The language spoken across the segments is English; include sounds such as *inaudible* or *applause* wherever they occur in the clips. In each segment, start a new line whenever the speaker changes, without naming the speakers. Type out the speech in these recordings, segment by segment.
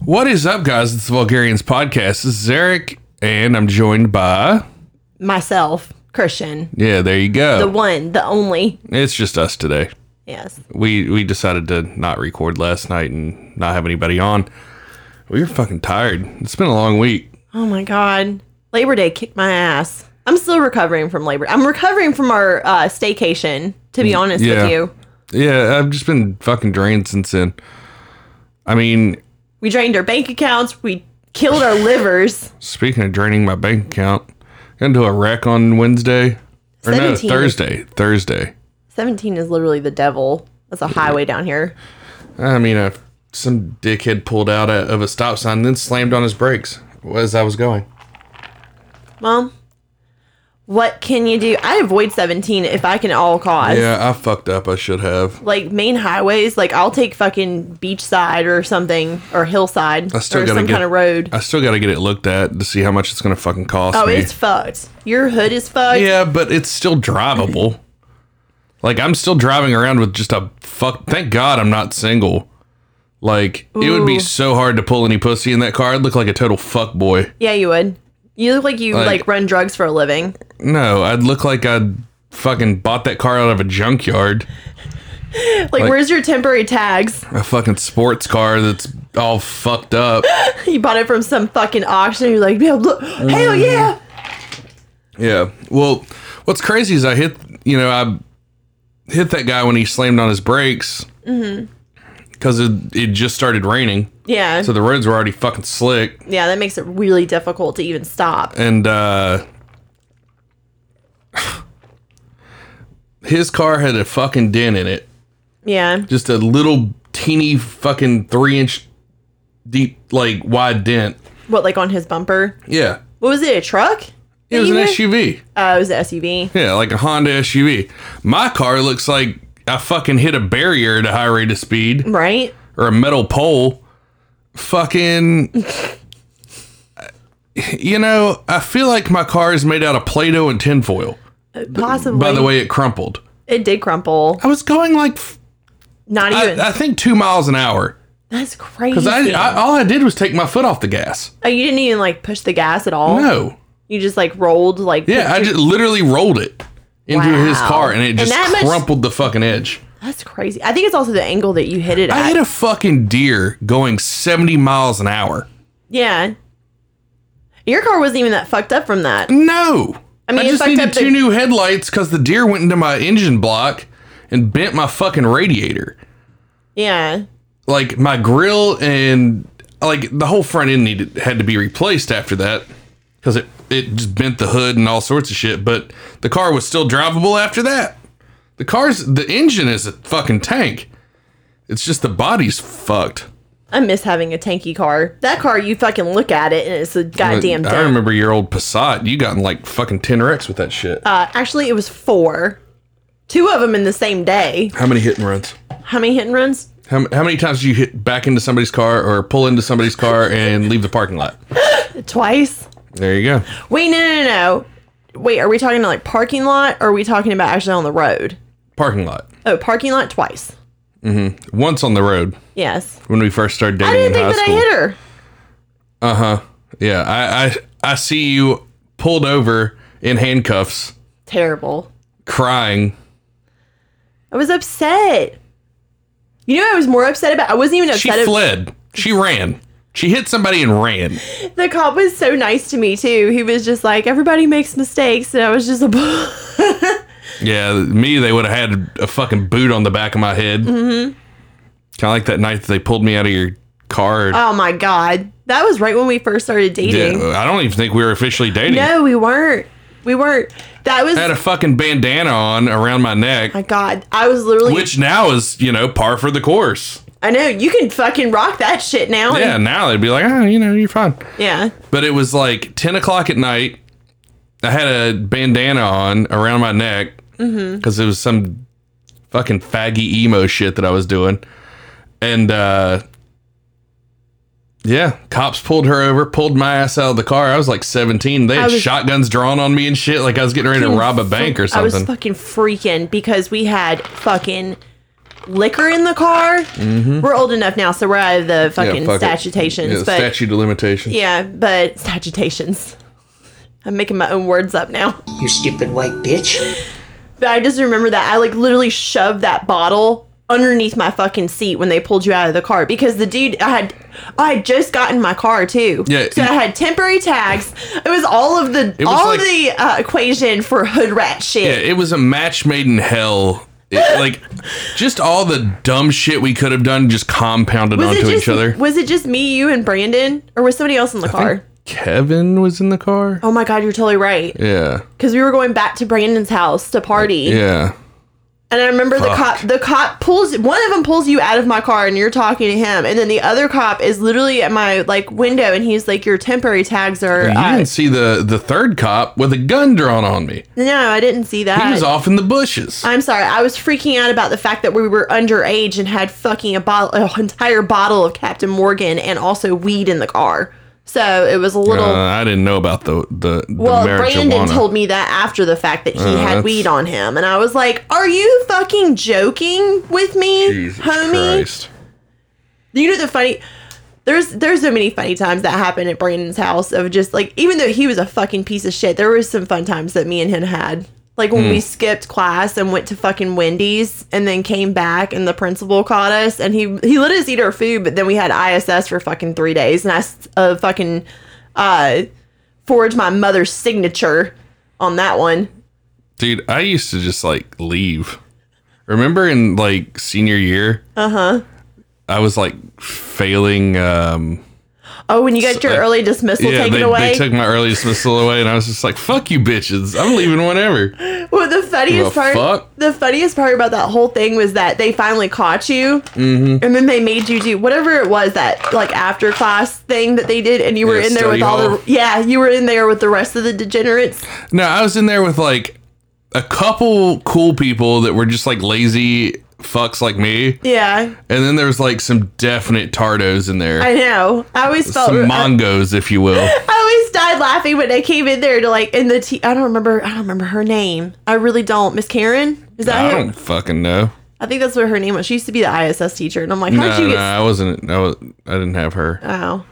What is up, guys? It's the Vulgarians Podcast. This is Eric, and I'm joined by.
Myself, Christian,
Yeah, there you go.
the one, the only.
it's just us today.
Yes.
We we decided to not record last night and not have anybody on. We were fucking tired. It's been a long week.
Oh my God. Labor Day kicked my ass. I'm still recovering from Labor I'm recovering from our uh, staycation, to be honest
Mm, yeah.
with you.
Yeah, I've just been fucking drained since then. I mean,
We drained our bank accounts. We killed our livers.
speaking of draining my bank account, got into a wreck on Wednesday or no
17.
Thursday. Thursday.
17 is literally the devil. That's a highway down here.
I mean, uh, some dickhead pulled out a, of a stop sign, then slammed on his brakes as I was going.
Well, what can you do? I avoid 17 if I can at all cause.
Yeah, I fucked up. I should have.
Like main highways, like I'll take fucking beachside or something or hillside
I still
or
gotta
some
get-
kind of road.
I still got to get it looked at to see how much it's going to fucking cost
Oh,
me.
it's fucked. Your hood is fucked.
yeah, but it's still drivable. Like I'm still driving around with just a fuck. Thank God I'm not single. Like it would be
Ooh.
so hard to pull any pussy in that car. I'd look like a total fuck boy.
Yeah, you would. You look like you
Like-
like, run drugs for a living.
No, I'd look like I'd fucking bought that car out of a junkyard.
Like, where's your temporary tags? *laughs*
A fucking sports car that's all fucked up.
You bought it from some fucking auction. You're like, yeah, look, hell
Mm.
yeah.
Yeah. Well, what's crazy is I hit, you know, I hit that guy when he slammed on his brakes because it, it just started raining.
Yeah.
So the roads were already fucking slick.
yeah, that makes it really difficult to even stop.
And, uh, *sighs* his car had a fucking dent in it.
Yeah.
Just a little teeny fucking three inch deep, like wide dent.
What, like on his bumper?
Yeah.
What was it, a truck?
It was an
Even-
SUV.
Oh, it was an SUV.
Yeah, like a Honda SUV. My car looks like I fucking hit a barrier at a high rate of speed.
Right?
or a metal pole, fucking. *laughs* You know, I feel like my car is made out of Play Doh and tinfoil
Possibly.
by the way it crumpled.
it did crumple.
I was going like, f-
Not
I,
even.
I think two miles an hour.
That's crazy.
'Cause I, I, all I did was take my foot off the gas.
oh, you didn't even like push the gas at all?
No.
You just like rolled like.
Yeah, I just literally rolled it into
Wow.
his car and it
And
just
that much-
crumpled the fucking edge.
That's crazy. I think it's also the angle that you hit it at.
I hit a fucking deer going 70 miles an hour.
Yeah. Your car wasn't even that fucked up from that.
No. I
mean,
I
it
just
fucked
needed
up the-
two new headlights because the deer went into my engine block and bent my fucking radiator.
Yeah.
Like my grill and like the whole front end needed had to be replaced after that because it it just bent the hood and all sorts of shit. But the car was still drivable after that. The car's the engine is a fucking tank. It's just the body's fucked.
I miss having a tanky car. That car, you fucking look at it and it's a goddamn
I
dent.
remember your old Passat. You got in like fucking ten wrecks with that shit.
Uh, actually, it was four. Two of them in the same day.
How many hit and runs?
How many hit and runs?
How, how many times do you hit back into somebody's car or pull into somebody's car and leave the parking lot?
Twice.
There you go.
Wait, no, no, no, no. Wait, are we talking like parking lot or are we talking about actually on the road?
Parking lot.
Oh, parking lot twice.
Once on the road
Yes.
when we first started dating
I didn't
in
think
high
that
school.
I hit her.
Yeah, I, I I see you pulled over in handcuffs,
Terrible.
crying.
I was upset. You know what I was more upset about? I wasn't even
She
upset. ab-
fled. She ran. She hit somebody and ran.
The cop was so nice to me too. He was just like, everybody makes mistakes, and I was just a.
Yeah, me they would have had a fucking boot on the back of my head. Mm-hmm. Kind of like that night that they pulled me out of your car.
*laughs* oh my god, that was right when we first started dating.
yeah, uh, I don't even think we were officially dating.
No, we weren't. We weren't. That was.
I had
Oh
a fucking bandana on around my neck.
my god, I was literally.
which now is you know par for the course.
I know you can fucking rock that shit now.
Yeah, now they'd be like, oh, you know, you're fine.
Yeah.
But it was like ten o'clock at night. I had a bandana on around my neck because
Mm-hmm.
it was some fucking faggy emo shit that I was doing, and uh, yeah, cops pulled her over, pulled my ass out of the car. I was like seventeen. They had
was-
shotguns drawn on me and shit, like I was getting ready to rob a bank or
I was
something.
fucking freaking because we had fucking liquor in the car. We're old enough now, so we're out of the fucking
Mm-hmm. fuck it.
statutations.
Yeah, the
but
statute of limitations.
yeah, but statutations. *laughs* I'm making my own words up now.
You stupid white bitch.
But I just remember that I like literally shoved that bottle underneath my fucking seat when they pulled you out of the car because the dude I had I had just gotten my car too.
Yeah,
So I
you-
had temporary tags. It was all of the
was
all
like-
of the uh, equation for hood rat
Yeah,
shit.
it was a match made in hell. It- like, just all the dumb shit we could have done just compounded
was it
onto
just
each other.
was it just me, you, and Brandon, or was somebody else in the car?
Kevin was in the car.
Oh my god, you're totally right.
Yeah,
Because we were going back to Brandon's house to party.
yeah.
And I remember the
Fuck.
cop. The cop pulls one of them pulls you out of my car, and you're talking to him. And then the other cop is literally at my like window, and he's like, "Your temporary tags are."
You
uh,
didn't see the the third cop with a gun drawn on me.
no, I didn't see that.
He was off in the bushes.
I'm sorry. I was freaking out about the fact that we were underage and had fucking a bottle, an entire bottle of Captain Morgan, and also weed in the car. So it was a little.
Uh, I didn't know about the the, the
well,
marijuana.
Brandon told me that after the fact that he had
Uh, that's-
weed on him, and I was like, "Are you fucking joking with me,
Jesus
homie?"
Christ.
You know the funny there's there's so many funny times that happened at Brandon's house of just like even though he was a fucking piece of shit, there was some fun times that me and him had. Like when
Hmm.
we skipped class and went to fucking Wendy's and then came back and the principal caught us and he he let us eat our food, but then we had ISS for fucking three days and I s- uh, fucking uh forged my mother's signature on that one.
Dude, I used to just like leave. Remember in like senior year? Uh huh.
Uh-huh.
I was like failing. Um,
Oh, when you got your early dismissal
uh, yeah,
taken
they,
away.
they took my early dismissal away, and I was just like, "Fuck you, bitches! I'm leaving whenever."
Well, the funniest
The
part,
fuck?
the funniest part about that whole thing was that they finally caught you,
Mm-hmm.
and then they made you do whatever it was that like after class thing that they did, and you were
Yeah,
in there with
study
all
hall.
the yeah, you were in there with the rest of the degenerates.
No, I was in there with like a couple cool people that were just like lazy fucks like me,
Yeah,
and then there was like some definite tardos in there,
I know. I always felt
some
I-
mongos, if you
*laughs*
will.
I always died laughing when I came in there to like in the t- I don't remember I don't remember her name. I really don't. Miss Karen is
I
that her?
don't fucking know.
I think that's what her name was. She used to be the ISS teacher, and I'm like, how'd
No,
you
no,
get?
I wasn't. I, was, I didn't have her.
oh.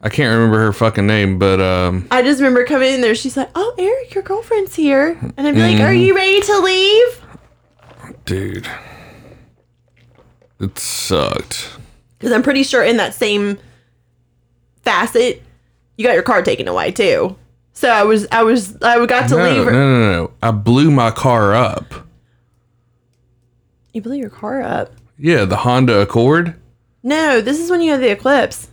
I can't remember her fucking name, but um,
I just remember coming in there. She's like, "Oh, Eric, your girlfriend's here," and I'd be like, "Are
Mm-hmm.
you ready to leave?"
dude, it sucked.
Because I'm pretty sure in that same facet, you got your car taken away too. So I was, I was, I got to
No,
leave.
no,
Her.
no, no. I blew my car up.
You blew your car up.
Yeah, the Honda Accord.
No, this is when you had the eclipse.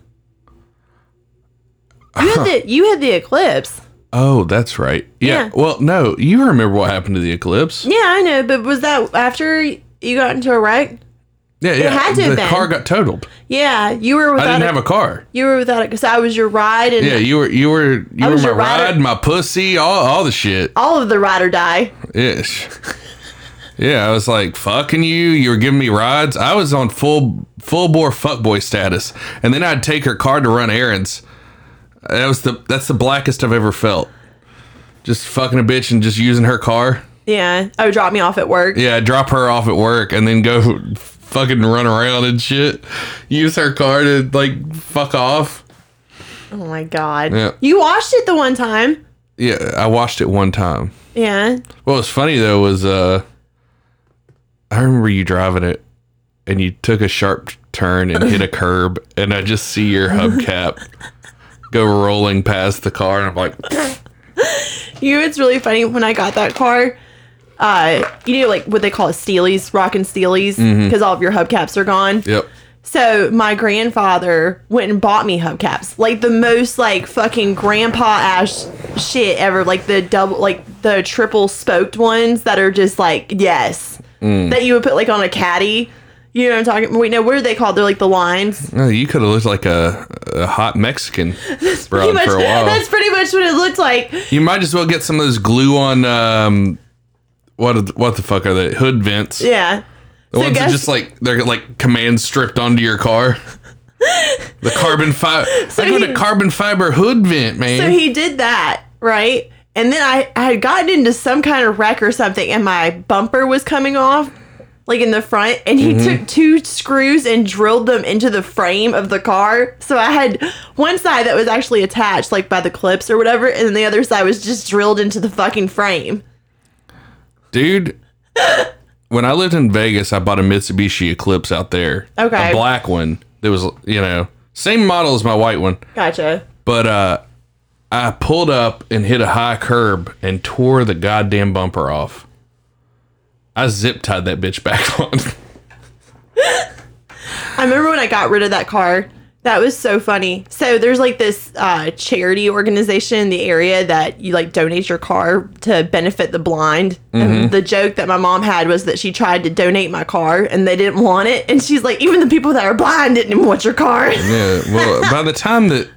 You
*laughs*
had the, you had the eclipse.
Oh, that's right. Yeah.
Yeah.
Well, no, you remember what happened to the eclipse?
Yeah, I know, but was that after you got into a wreck?
Yeah, yeah.
had to
the
have been.
car got totaled.
Yeah, you were
I
without.
didn't
a,
have a car.
you were without it because I was your ride and
Yeah, you were, you were, you were
was
my
your rider.
ride, my pussy, all, all the shit.
all of the ride or die.
Yeah.
*laughs*
Yeah, I was like fucking you. You were giving me rides. I was on full full bore fuckboy status, and then I'd take her car to run errands. That was the that's the blackest I've ever felt. Just fucking a bitch and just using her car.
Yeah, I would drop me off at work.
Yeah, I'd drop her off at work and then go fucking run around and shit. Use her car to like fuck off.
Oh my god.
Yeah.
You washed it the one time.
Yeah, I watched it one time.
Yeah.
What was funny though was uh I remember you driving it and you took a sharp turn and
*laughs*
hit a curb and I just see your hubcap go rolling past the car and I'm like
You know, it's really funny when I got that car. Uh, you know, like what they call it, Steelies, rockin' Steelies,
Mm-hmm.
because all of your hubcaps are gone.
Yep.
So my grandfather went and bought me hubcaps, like the most like fucking grandpa ass shit ever, like the double, like the triple spoked ones that are just like yes,
Mm.
that you would put like on a caddy. You know what I'm talking? Wait, no, what are they called? They're like the lines.
No, you could have looked like a, a hot Mexican broad
Pretty much,
for a while.
*laughs* that's pretty much what it looked like.
You might as well get some of those glue on um what are the- what the fuck are they? Hood vents.
Yeah.
The ones
guess-
that just like they're like command stripped onto your car. the carbon
*laughs*
fiber. I got
he-
a carbon fiber hood vent, man.
So he did that, right? And then I, I had gotten into some kind of wreck or something, and my bumper was coming off. like in the front, and
Mm-hmm.
he took two screws and drilled them into the frame of the car. So I had one side that was actually attached, like by the clips or whatever, and then the other side was just drilled into the fucking frame.
Dude, when I lived in Vegas, I bought a Mitsubishi Eclipse out there.
Okay.
A black one that was, you know, same model as my white one.
Gotcha.
But uh I pulled up and hit a high curb and tore the goddamn bumper off. I zip tied that bitch back *laughs* on.
I remember when I got rid of that car. That was so funny. So there's like this uh, charity organization in the area that you like donate your car to benefit the blind. And the joke that my mom had was that she tried to donate my car and they didn't want it. And she's like, even the people that are blind didn't even want your car. *laughs*
yeah. Well, by the time that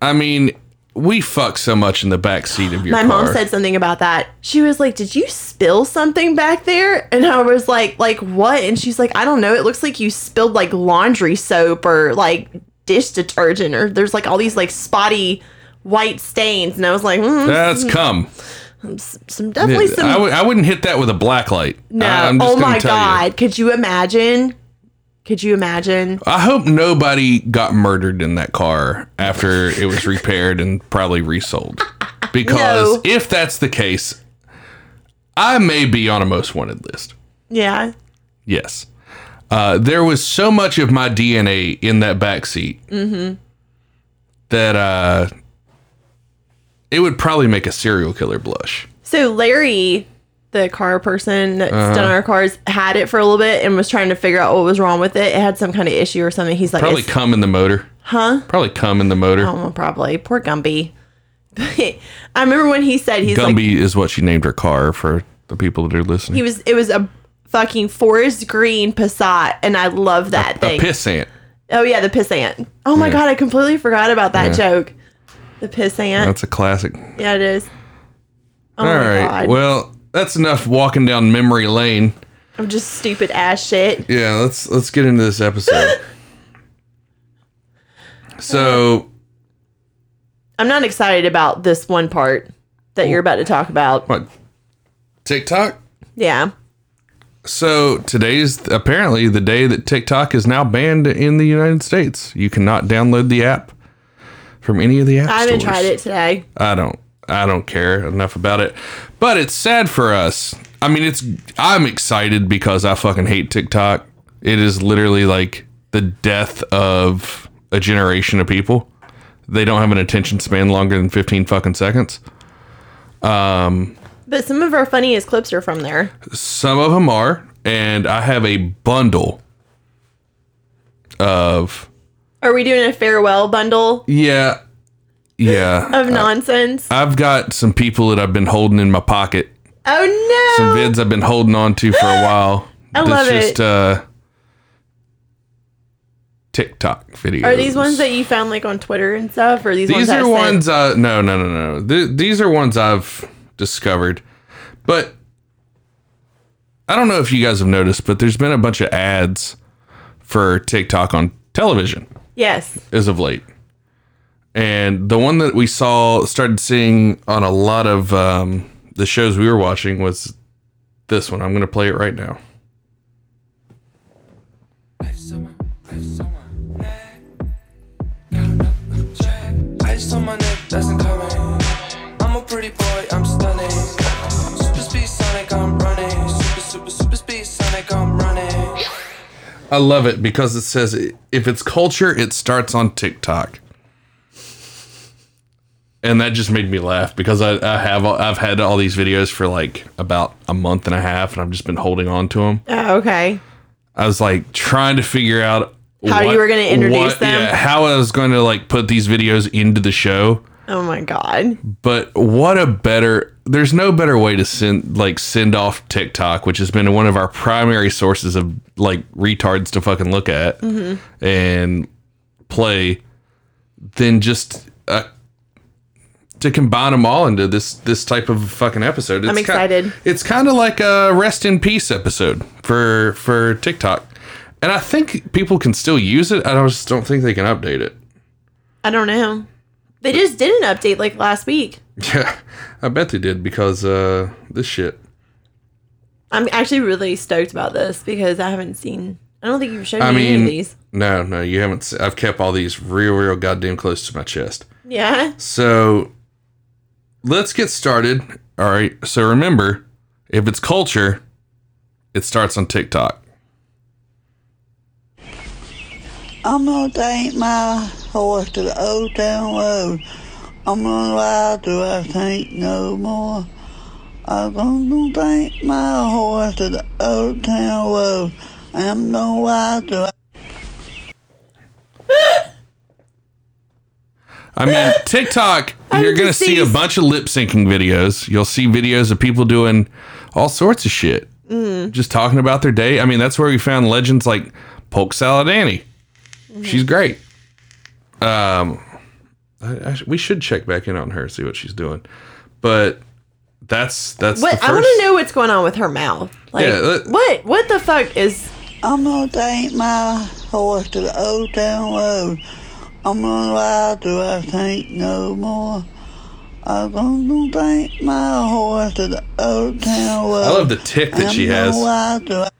I mean, we fuck so much in the back seat of your
My
car.
mom said something about that. She was like, "Did you spill something back there?" And I was like, "Like what?" And she's like, "I don't know. It looks like you spilled like laundry soap or like dish detergent or there's like all these like spotty white stains." And I was like, mm,
that's come.
"Some definitely some."
I, w- I wouldn't hit that with a black light.
no.
I- I'm just
oh
gonna
my
tell you.
god! Could you imagine? Could you imagine?
I hope nobody got murdered in that car after it was repaired and probably resold. Because
No.
if that's the case, I may be on a most wanted list.
Yeah.
Yes. Uh, there was so much of my DNA in that backseat
Mm-hmm.
that uh, it would probably make a serial killer blush.
So Larry, the car person that's
Uh-huh.
done our cars, had it for a little bit and was trying to figure out what was wrong with it. It had some kind of issue or something. He's like,
Probably
"It's-
cum in the motor.
huh?
Probably cum in the motor.
Oh, well, probably. Poor Gumby. *laughs* I remember when he said he's like
Gumby is what she named her car for the people that are listening.
he was it was a fucking forest green Passat and I love that
a
thing.
pissant.
oh yeah, the pissant. Oh my
Yeah.
god, I completely forgot about that joke. The pissant.
That's a classic.
Yeah, it is. Oh
All
my
right.
god.
Well, that's enough walking down memory lane.
I'm just stupid ass shit.
Yeah, let's let's get into this
*laughs*
episode. so,
I'm not excited about this one part that you're about to talk about.
what? TikTok?
Yeah.
So, today's apparently the day that TikTok is now banned in the United States. You cannot download the app from any of the app
I haven't
stores.
tried it today.
I don't I don't care enough about it. But it's sad for us. I mean, it's I'm excited because I fucking hate TikTok. It is literally like the death of a generation of people. They don't have an attention span longer than 15 fucking seconds.
But some of our funniest clips are from there.
Some of them are, and I have a bundle of
Are we doing a farewell bundle
yeah. Yeah.
of nonsense?
I've got some people that I've been holding in my pocket
oh no.
some vids I've been holding on to for a while.
*laughs* I love
That's
it.
just uh TikTok videos.
Are these ones that you found like on Twitter and stuff? Or are these,
These
ones that
are
I sent?
ones uh no no no no. Th- these are ones I've discovered. But I don't know if you guys have noticed, but there's been a bunch of ads for TikTok on television
Yes.
as of late. And the one that we saw started seeing on a lot of um, the shows we were watching was this one. I'm going to play it right now.
Ice on my neck, doesn't come in. I'm a pretty boy, I'm stunning. Super speed Sonic, I'm running. Super, super, super speed Sonic, I'm running.
I love it because it says if it's culture, it starts on TikTok. And that just made me laugh because I, I have I've had all these videos for like about a month and a half, and I've just been holding on to them.
Oh, okay.
I was like trying to figure out
How you were gonna introduce them?
how I was going to like put these videos into the show.
Oh my god.
But what a better there's no better way to send like send off TikTok, which has been one of our primary sources of like retards to fucking look at
Mm-hmm.
and play than just uh, to combine them all into this this type of fucking episode. It's
I'm
ki-
excited.
it's kind of like a rest in peace episode for for TikTok, and I think people can still use it. I just don't think they can update it. *laughs*
I don't know. They just did an update like last week.
Yeah, I bet they did because uh, this shit.
I'm actually really stoked about this because I haven't seen. I don't think you've shown me
I
any
mean,
of these.
no, no, you haven't. se- I've kept all these real, real goddamn close to my chest.
Yeah.
So let's get started. All right. So remember, if it's culture, it starts on TikTok.
I'm gonna take my horse to the old town road. I'm gonna ride till I think no more. I'm gonna take my horse to the old town road. I'm gonna ride till I
I mean,
*laughs*
TikTok, you're
didn't
going to
see
see a
these.
bunch of lip syncing videos. You'll see videos of people doing all sorts of shit,
Mm.
just talking about their day. I mean, that's where we found legends like Polk Salad Annie.
Mm-hmm.
She's great. Um, I, I sh- we should check back in on her, see what she's doing. But that's that's the
What
first.
I want to know what's going on with her mouth. Like,
Yeah, that-
what? What the fuck is?
I'm gonna take my horse to the old town road. I'm gonna ride till I think no more. I'm gonna take my horse to the old town road.
I love the tick that she
I'm
has.
gonna ride till I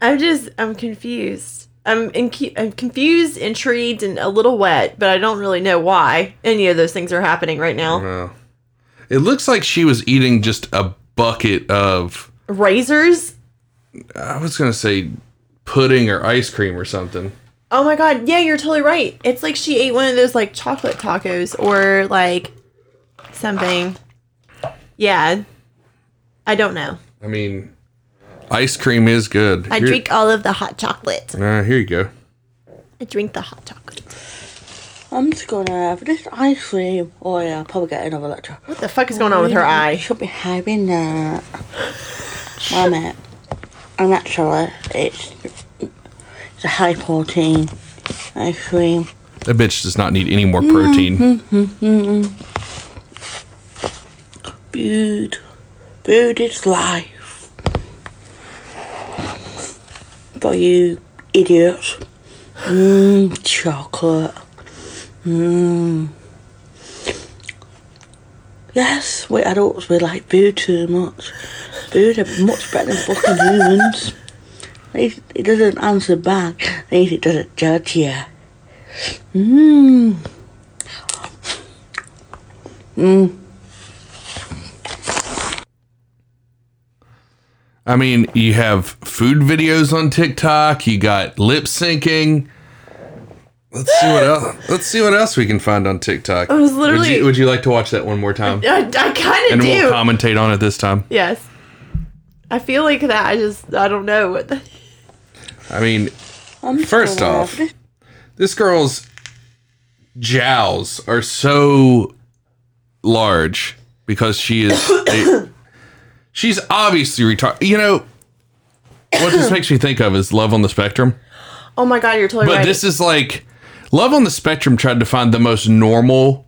I'm just. I'm confused. I'm in, I'm confused, intrigued, and a little wet, but I don't really know why any of those things are happening right now.
Wow. Uh, It looks like she was eating just a bucket of
Razors.
I was gonna say pudding or ice cream or something.
Oh my god, yeah, you're totally right. It's like she ate one of those like chocolate tacos or like something. Yeah. I don't know.
I mean, ice cream is good.
I
Here-
drink all of the hot chocolate.
Uh, here you go.
I drink the hot chocolate.
I'm just gonna have this ice cream, or yeah, I'll probably get another lecture.
What the fuck is going on with her eye?
Should be having that. Why, mate? And actually, it's it's a high protein ice cream.
That bitch does not need any more
Mm-hmm.
protein.
Food, food is life. For you idiots. Mmm, chocolate. Mmm. Yes, we adults, we like food too much. Food is much better than fucking humans. At least it doesn't answer back. At least it doesn't judge you. Mmm.
I mean, you have food videos on TikTok. You got lip syncing. Let's see what else. Let's see what else we can find on TikTok.
was
Would
literally-
you- would you like to watch that one more time?
*laughs* I, I kind of
And we'll
do.
commentate on it this time.
yes. I feel like that. I just, I don't know. What the, *laughs*
I mean,
I'm just
First
gonna
off,
have this
this girl's jowls are so large because she is a- *coughs* she's obviously retarded. You know what this makes me think of is Love on the Spectrum,
oh my god, you're totally
but
right.
this is like Love on the Spectrum tried to find the most normal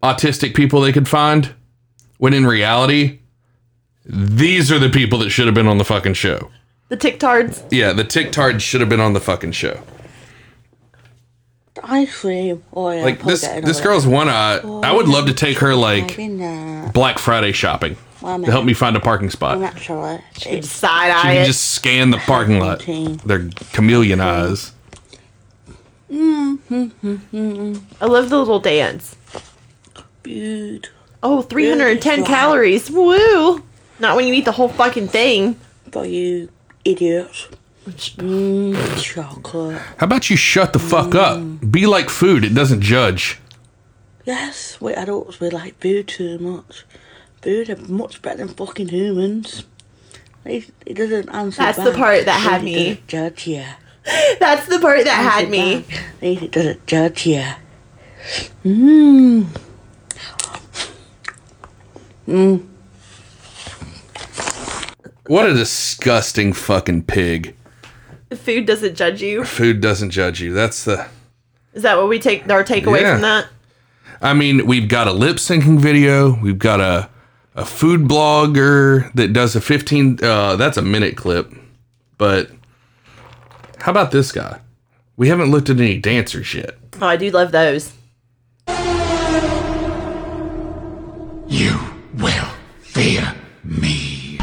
autistic people they could find, when in reality, these are the people that should have been on the fucking show.
the TikTards.
Yeah, the TikTards should have been on the fucking show.
ice cream, or yeah, I'll
like
probably
this
get another
this girl's one eye i would love to take her like
having that.
black friday shopping
Well,
to help me find a parking spot
Naturally, it's
Side
you
eye.
can
it.
just scan the parking lot
Okay.
they're chameleon eyes
I love the little dance.
food.
Oh, 310
Yeah.
calories. Woo. Not when you eat the whole fucking thing.
For you idiots. Mmm, chocolate.
how about you shut the
Mm.
fuck up be like food it doesn't judge
Yes, we adults, we like food too much. Food are much better than fucking humans. At least It doesn't answer
That's the
back.
part that
At
had
least
me.
It doesn't judge you.
That's the part that had me.
At least It doesn't judge you. Mmm.
what a disgusting fucking pig
The food doesn't judge you.
food doesn't judge you that's the
Is that what we take our takeaway
Yeah.
from that?
i mean we've got a lip syncing video we've got a a food blogger that does a 15 uh that's a minute clip but how about this guy we haven't looked at any dancers yet
Oh, I do love those.
You will fear me.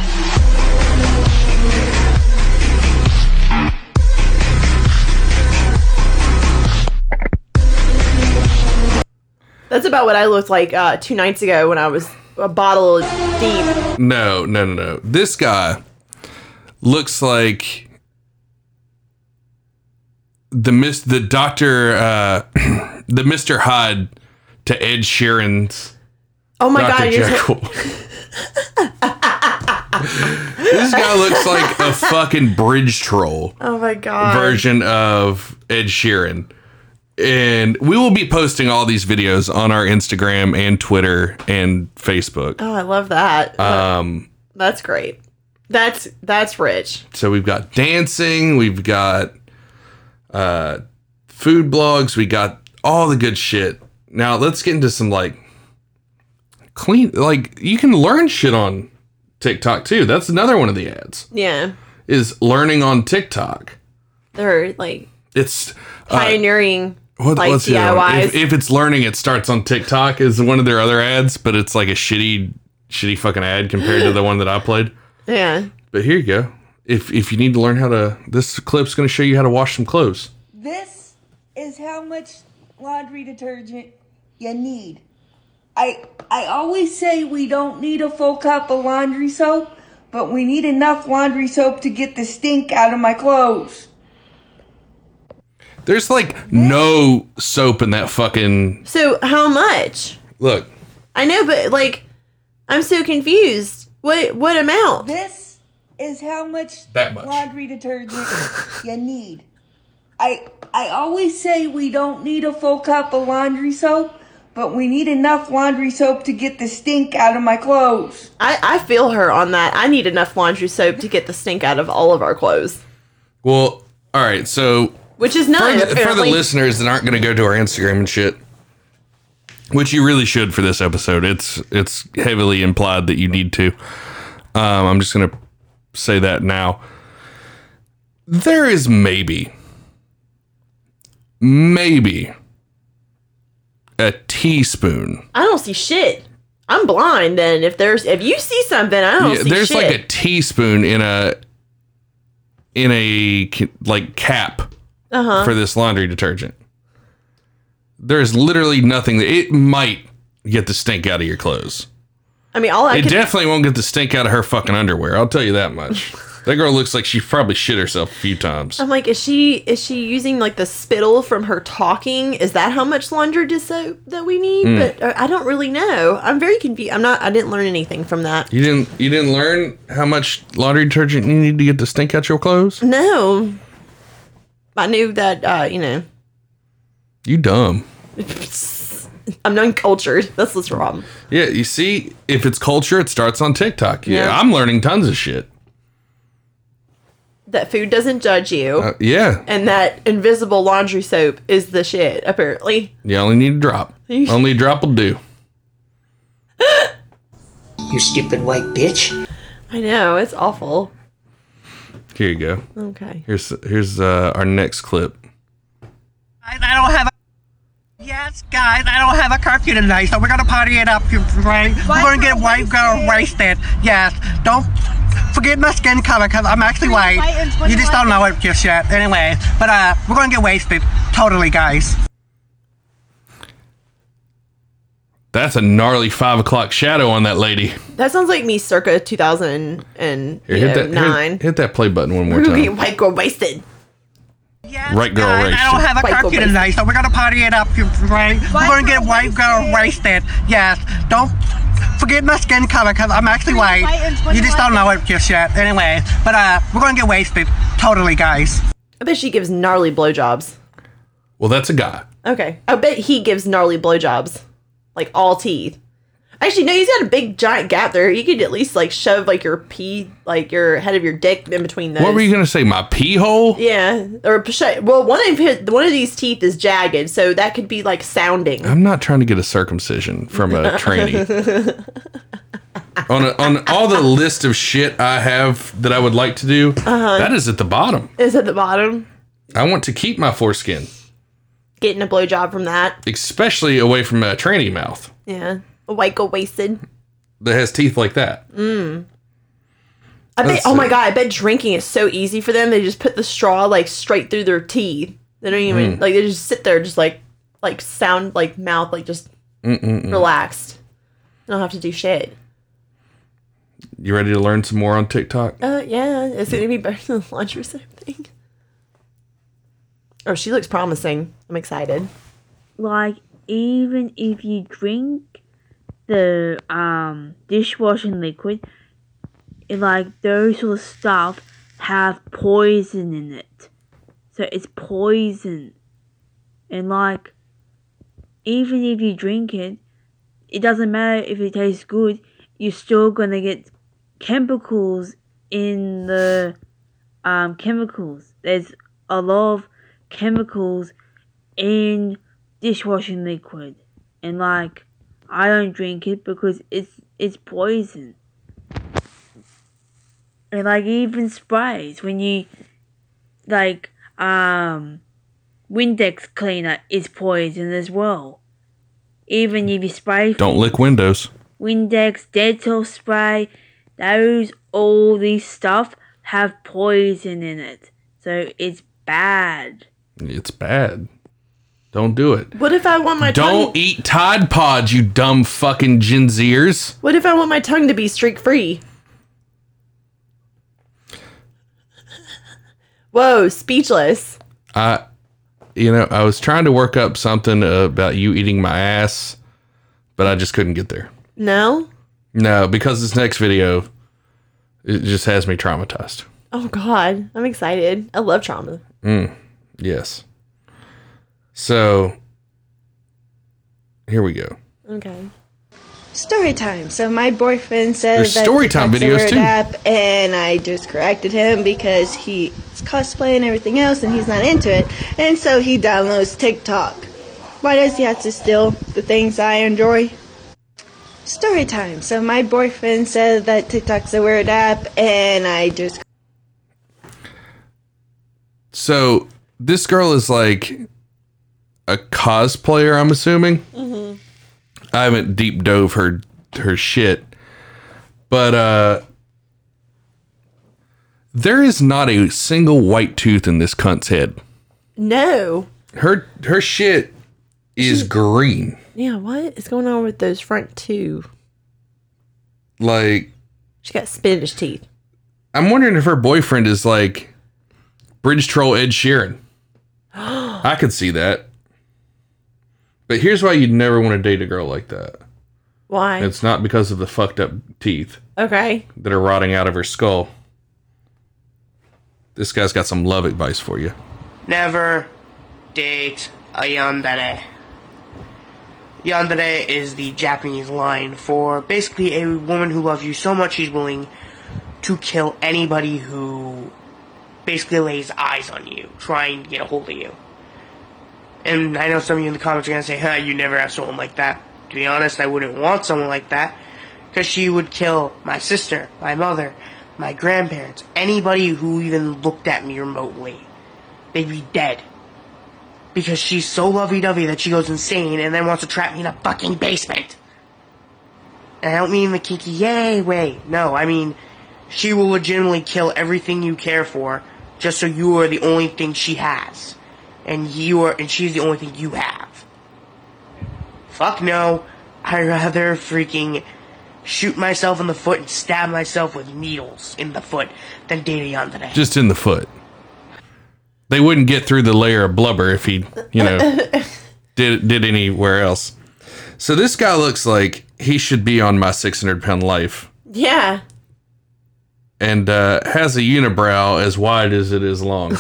That's about what I looked like uh, two nights ago when I was a bottle deep.
No, no, no, no. This guy looks like the mis- the Doctor uh, *clears throat* the Mister Hyde to Ed Sheeran's
Oh my
Doctor
god! You're t-
Jekyll. *laughs* this guy looks like a fucking bridge troll
oh my god!
version of Ed Sheeran. And we will be posting all these videos on our Instagram and Twitter and Facebook.
Oh, I love that.
Um,
that's great. That's that's rich.
so we've got dancing, we've got uh, food blogs, we got all the good shit. Now let's get into some like clean, like you can learn shit on TikTok too. That's another one of the ads
Yeah,
is learning on TikTok.
they're like
It's uh,
pioneering
what,
like
what's the other one?
DIYs.
If, if it's learning, it starts on TikTok is one of their other ads, but it's like a shitty, shitty fucking ad compared to the one that I played.
yeah.
But here you go. If if you need to learn how to, this clip's going to show you how to wash some clothes.
This is how much laundry detergent you need. I I always say we don't need a full cup of laundry soap, but we need enough laundry soap to get the stink out of my clothes.
There's like no soap in that fucking
So how much?
look.
I know, but like, I'm so confused. What what amount?
This is how much,
That much.
laundry detergent *laughs* you need. I I always say we don't need a full cup of laundry soap, but we need enough laundry soap to get the stink out of my clothes.
I I feel her on that. I need enough laundry soap to get the stink out of all of our clothes,
Well, all right. So
which is none.
for the, for the
apparently.
listeners that aren't going to go to our Instagram and shit, which you really should for this episode, it's it's heavily implied that you need to. Um, I'm just going to say that now. There is maybe, maybe a teaspoon.
I don't see shit. I'm blind. Then if there's if you see something, I don't
Yeah,
see
there's
shit.
like a teaspoon in a in a ca- like cap
Uh-huh.
for this laundry detergent. There's literally nothing that it might get the stink out of your clothes.
I mean, all I
It
can
definitely won't get the stink out of her fucking underwear. I'll tell you that much. that girl looks like she probably shit herself a few times.
I'm like, is she is she using like the spittle from her talking? Is that how much laundry dis- soap that we need?
Hmm.
But uh, I don't really know. I'm very confused. I'm not. I didn't learn anything from that.
You didn't you didn't learn how much laundry detergent you need to get the stink out your clothes?
No, I knew that. Uh, you know, *laughs*
You dumb.
I'm uncultured. That's what's wrong.
Yeah, you see, if it's culture, it starts on TikTok. Yeah,
Yeah.
I'm learning tons of shit.
That food doesn't judge you,
Uh, yeah,
and that invisible laundry soap is the shit. Apparently,
You only need a drop. only a drop will do.
You stupid white bitch.
I know it's awful.
Here you go.
Okay,
Here's here's uh, our next clip.
I I don't have a. Yes, guys, I don't have a curfew tonight, so we're gonna party it up, you right? We're gonna get white girl wasted. Yes, don't forget my skin color, cause I'm actually white. You just don't know it just yet. Anyway, but uh, we're gonna get wasted, totally, guys.
That's a gnarly five o'clock shadow on that lady.
that sounds like me circa 2000 and
Here, hit
you know,
that hit-
nine.
Hit, that play button one more
Okay,
time.
white girl wasted.
Yes,
Right girl
guys, I don't
wasted.
have a
White girl
curfew tonight, so we're gonna party it up, you right? We're gonna get white girl wasted. Yes, don't forget my skin color, cause I'm actually white. You just don't know it just yet. Anyway, but uh, we're gonna get wasted, totally, guys.
I bet she gives gnarly blowjobs.
Well, that's a guy.
Okay. I bet he gives gnarly blowjobs. Like all teeth. Actually, no, he's got a big giant gap there. You could at least like shove like your pee, like your head of your dick in between those.
What were you gonna say? My pee hole?
Yeah, or sh- well, one of his, one of these teeth is jagged, so that could be like sounding.
I'm not trying to get a circumcision from
*laughs*
a tranny. on a, on all the list of shit I have that I would like to do,
Uh-huh.
that is at the bottom.
Is at the bottom
I want to keep my foreskin,
getting a blowjob from that?
especially away from a tranny mouth
Yeah, a white girl wasted.
that has teeth like that.
I bet.
Let's
Oh my
see.
god! I bet drinking is so easy for them. They just put the straw like straight through their teeth. They don't even like. They just sit there, just like like sound like mouth, like just relaxed. I don't have to do shit.
You ready to learn some more on TikTok?
Uh, yeah, it's gonna be better than the laundry soap thing. Oh, she looks promising. I'm excited.
like even if you drink the um dishwashing liquid it, like those sort of stuff have poison in it so it's poison and like even if you drink it it doesn't matter if it tastes good you're still gonna get chemicals in the um chemicals there's a lot of chemicals in dishwashing liquid and like I don't drink it because it's it's poison. And like even sprays when you like um Windex cleaner is poison as well. Even if you spray
Don't lick windows.
Windex, Dettol spray, those all these stuff have poison in it. So it's bad.
It's bad. Don't do it.
What if I want my
Don't
tongue?
eat Tide Pods, you dumb fucking Gen Zers.
What if I want my tongue to be streak free? Whoa, speechless.
I, you know, I was trying to work up something about you eating my ass, but I just couldn't get there.
No.
No, because this next video, it just has me traumatized.
Oh God, I'm excited. I love trauma.
Yes. So, here we go.
Okay.
Story time. So my boyfriend
There's
says that
story time
that's a
videos,
weird
too.
app, and I just corrected him because he's cosplay and everything else, and he's not into it. And so he downloads TikTok. Why does he have to steal the things I enjoy? Story time. So my boyfriend says that TikTok's a weird app, and I just
So, this girl is like a cosplayer, I'm assuming. I haven't deep dove her her shit, but uh, there is not a single white tooth in this cunt's head.
No.
Her her shit is green.
Yeah. What is going on with those front two?
Like
She got spinach teeth.
I'm wondering if her boyfriend is like Bridge Troll Ed Sheeran. I could see that. But here's why you'd never want to date a girl like that.
Why?
It's not because of the fucked up teeth
okay.
that are rotting out of her skull. This guy's got some love advice for you.
Never date a yandere. Yandere is the Japanese line for basically a woman who loves you so much she's willing to kill anybody who basically lays eyes on you, trying to get a hold of you. And I know some of you in the comments are gonna say, huh, you never have someone like that. To be honest, I wouldn't want someone like that, because she would kill my sister, my mother, my grandparents, anybody who even looked at me remotely they'd be dead. Because she's so lovey-dovey that she goes insane and then wants to trap me in a fucking basement. And I don't mean the kinky yay way. No, I mean she will legitimately kill everything you care for just so you are the only thing she has. And you are and she's the only thing you have. Fuck no. I'd rather freaking shoot myself in the foot and stab myself with needles in the foot than date a yandere.
Just in the foot. They wouldn't get through the layer of blubber if he, you
*laughs*
know, did did anywhere else. So this guy looks like he should be on my 600 pound life.
Yeah.
and uh, has a unibrow as wide as it is long.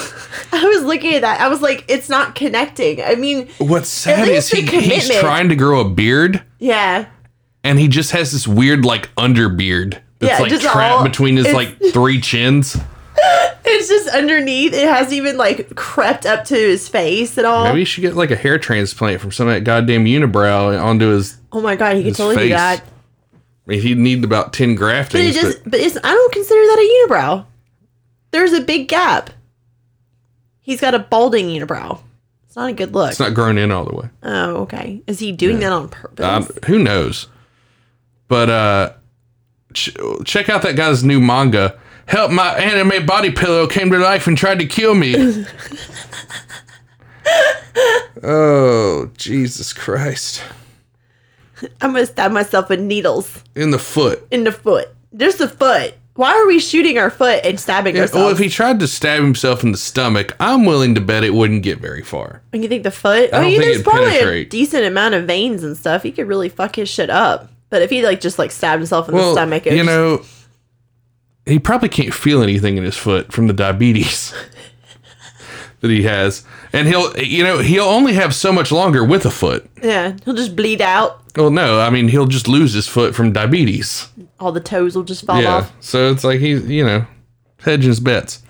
I was looking at that. I was like, it's not connecting. I mean,
What's sad is
least
he,
the
he's
commitment.
trying to grow a beard,
yeah.
and he just has this weird like underbeard that's
Yeah,
like
just
trapped
all-
between his
it's-
like three chins.
It's just underneath. It hasn't even like crept up to his face at all.
Maybe he should get like a hair transplant from some of that goddamn unibrow onto his.
Oh my god, he could
his
totally do
face.
that.
I mean, he'd need about ten
But it
graftings.
just,
But
but it's. I don't consider that a unibrow. There's a big gap. He's got a balding unibrow. It's not a good look.
it's not grown in all the way.
oh, okay. Is he doing that on purpose?
Um, who knows? But uh, ch- check out that guy's new manga. Help! My anime body pillow came to life and tried to kill
*laughs*
me. oh Jesus Christ!
I'm gonna stab myself with needles
in the foot.
in the foot. Just the foot. Why are we shooting our foot and stabbing
Yeah,
ourselves?
well, if he tried to stab himself in the stomach, I'm willing to bet it wouldn't get very far.
And you think the foot?
I don't
I, mean,
think
there's
it'd
probably a
penetrate.
decent amount of veins and stuff. He could really fuck his shit up. But if he like just like stabbed himself in the
Well,
stomach, it
you
would
know,
just-
he probably can't feel anything in his foot from the diabetes *laughs* that he has, and he'll, you know, he'll only have so much longer with a foot.
yeah, he'll just bleed out.
Well, no, I mean he'll just lose his foot from diabetes.
All the toes will just fall
yeah,
off.
so it's like he's, you know, hedging his bets.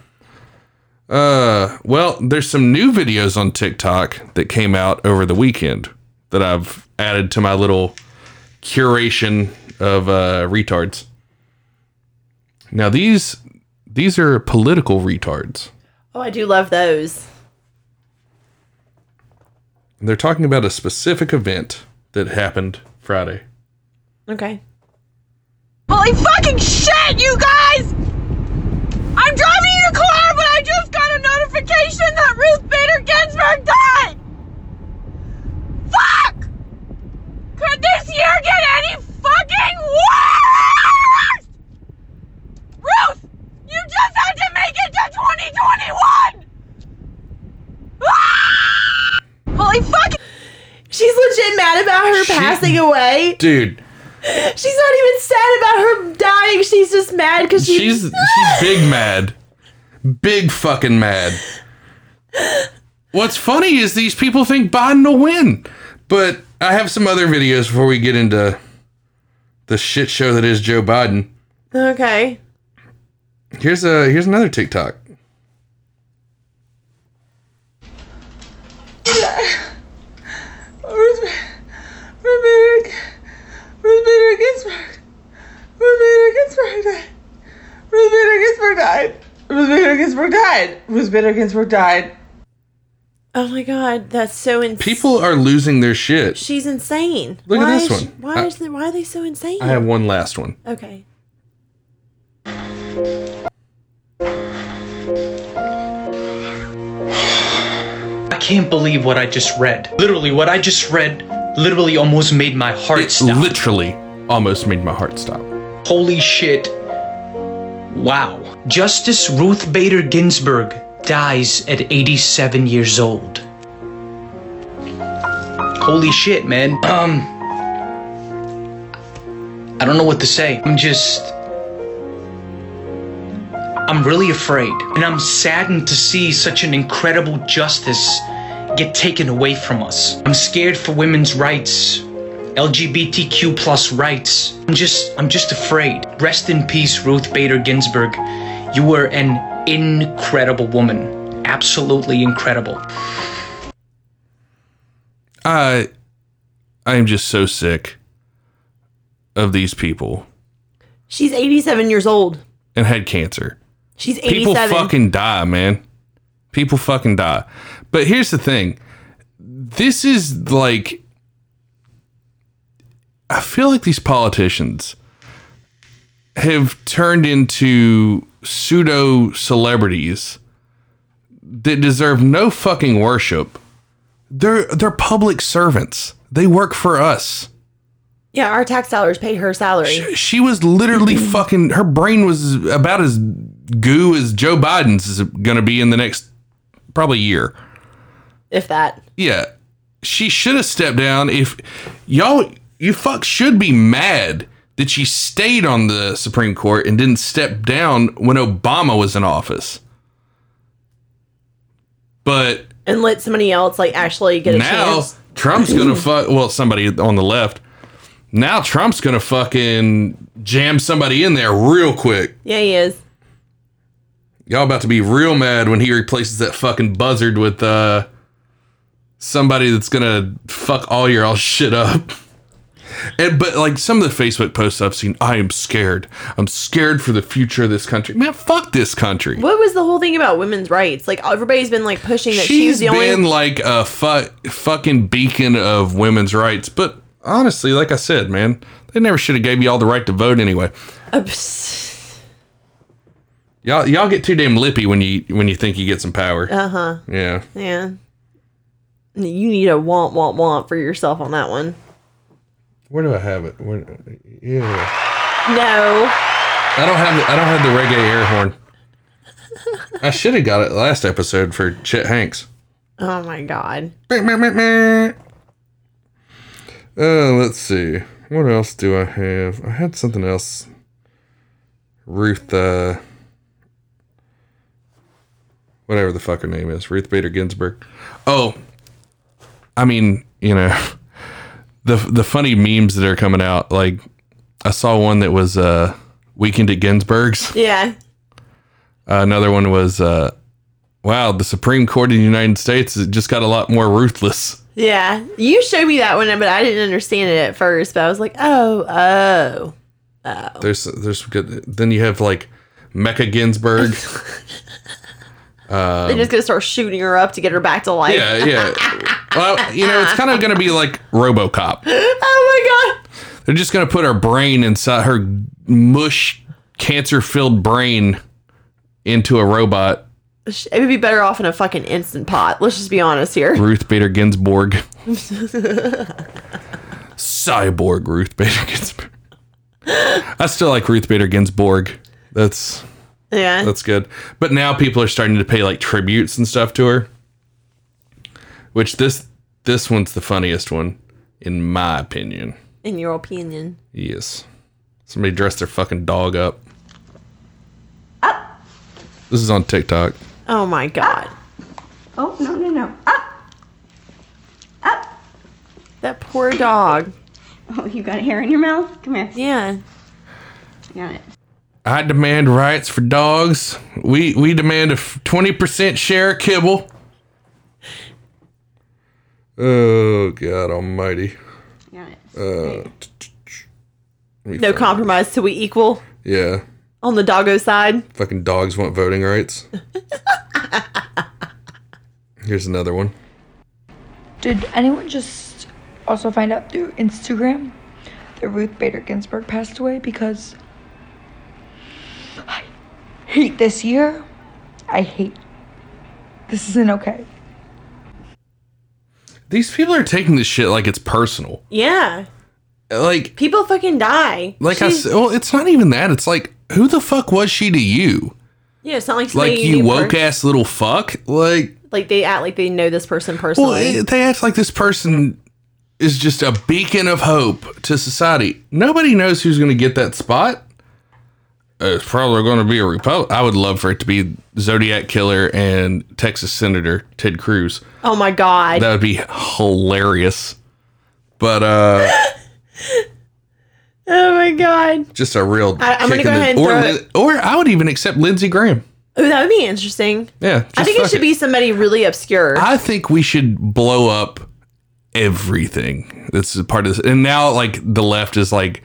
Uh, well, there's some new videos on TikTok that came out over the weekend that I've added to my little curation of uh, retards. Now these these are political retards.
Oh, I do love those.
They're talking about a specific event that happened Friday.
Okay.
Holy fucking shit, you guys! I'm driving in a car, but I just got a notification that Ruth Bader Ginsburg died! Fuck! Could this year get any fucking worse? Ruth, you just had to make it to 2021! Ah! Holy fucking.
She's legit mad about her
She-
passing away.
Dude,
She's not even sad about her dying. She's just mad because she,
She's she's big mad. Big fucking mad. What's funny is these people think Biden will win. But I have some other videos before we get into the shit show that is Joe Biden.
Okay.
Here's a here's another TikTok.
Ruth Ruth Bader Ruth Bader Ginsburg. Ruth Bader Ginsburg died. Ruth Bader Ginsburg died. Ruth Bader Ginsburg died. Ruth Bader Ginsburg died.
Oh my god, that's so insane.
People are losing their shit.
She's insane.
Look at
why
this
is she-
one.
why
I-
is the, why are they so insane?
I have one last one.
okay.
I can't believe what I just read. Literally, what I just read literally almost made my heart stop.
Literally almost made my heart stop.
Holy shit. Wow. Justice Ruth Bader Ginsburg dies at 87 years old. Holy shit, man. Um I don't know what to say. I'm just I'm really afraid and I'm saddened to see such an incredible justice get taken away from us. I'm scared for women's rights LGBTQ plus rights. I'm just I'm just afraid. Rest in peace, Ruth Bader Ginsburg. You were an incredible woman. Absolutely incredible.
I I am just so sick of these people
She's 87 years old.
and had cancer.
She's 87.
people fucking die, man. People fucking die. But here's the thing. This is like I feel like these politicians have turned into pseudo celebrities that deserve no fucking worship. They're they're public servants. They work for us.
yeah, our tax dollars paid her salary.
She was
*clears throat*
literally fucking. Her brain was about as goo as Joe Biden's is going to be in the next probably year.
if that.
Yeah, she should have stepped down. If y'all, you fuck, should be mad that she stayed on the Supreme Court and didn't step down when Obama was in office. But
And let somebody else like actually get a
now
chance.
Trump's
*clears throat*
gonna fuck. Well, somebody on the left. Now Trump's gonna fucking jam somebody in there real quick.
Yeah, he is.
Y'all about to be real mad when he replaces that fucking buzzard with uh somebody that's gonna fuck all your all shit up. And but like some of the Facebook posts I've seen, I am scared. I'm scared for the future of this country. Man, fuck this country.
What was the whole thing about women's rights? Like everybody's been like pushing that she was
She's
the only
been like a fu- fucking beacon of women's rights, but honestly, like I said, man, they never should have gave you all the right to vote anyway.
Uh, psst.
Y'all y'all get too damn lippy when you when you think you get some power.
Uh-huh.
Yeah.
Yeah. You need a womp womp womp for yourself on that one.
Where do I have it? Where, yeah.
No.
I don't have the, I don't have the reggae air horn. I should have got it last episode for Chet Hanks.
Oh my god.
Uh, let's see. What else do I have? I had something else. Ruth, uh, whatever the fuck her name is, Ruth Bader Ginsburg. Oh, I mean, you know, the the funny memes that are coming out. Like, I saw one that was uh, Weekend at Ginsburg's.
Yeah.
Uh, another one was, uh, wow, the Supreme Court of the United States has just got a lot more ruthless.
Yeah. You showed me that one, but I didn't understand it at first. But I was like, oh, oh.
There's there's good. Then you have like Mecca Ginsburg.
They're
um,
just gonna start shooting her up to get her back to life.
yeah, yeah. Well, you know, it's kind of going to be like RoboCop.
oh my god.
They're just going to put her brain inside her mush, cancer-filled brain into a robot.
Sh- It would be better off in a fucking instant pot. Let's just be honest here.
Ruth Bader Ginsburg, cyborg Ruth Bader Ginsburg. I still like Ruth Bader Ginsburg. That's
yeah.
That's good. But now people are starting to pay like tributes and stuff to her. Which this this one's the funniest one, in my opinion.
in your opinion.
Yes. Somebody dressed their fucking dog up. This is on TikTok.
Oh my god.
Oh, no, no, no.
Ah!
That poor dog.
Oh, you got hair in your mouth? Come here.
Yeah.
Got it.
I demand rights for dogs. We we demand a twenty percent share of kibble. Oh God Almighty!
Got it.
Uh, t- t- t- let me
No
find-
compromise till we equal
Yeah,
on the doggo side.
fucking dogs want voting rights. Here's another one.
Did anyone just also find out through Instagram that Ruth Bader Ginsburg passed away? Because I hate this year. I hate. This isn't okay.
These people are taking this shit like it's personal.
Yeah.
Like
People fucking die.
like I
She's-
said, well, it's not even that. It's like who the fuck was she to you?
Yeah, it's not like
Like
somebody
you
knew
woke
her.
ass little fuck. Like
Like they act like they know this person
Well,
personally.
it, they act like this person is just a beacon of hope to society. Nobody knows who's going to get that spot. Uh, It's probably going to be a Republican. I would love for it to be Zodiac Killer and Texas Senator Ted Cruz.
oh my god.
That would be hilarious. But uh *laughs*
oh my god.
just a real
I- I'm gonna
kick
go
in the-
ahead and
or,
throw
Lin-
it.
or I would even accept Lindsey Graham.
Oh, that would be interesting.
Yeah.
I
just
think it
fuck
should be somebody really obscure.
I think we should blow up everything. This is part of this. And now, like, the left is like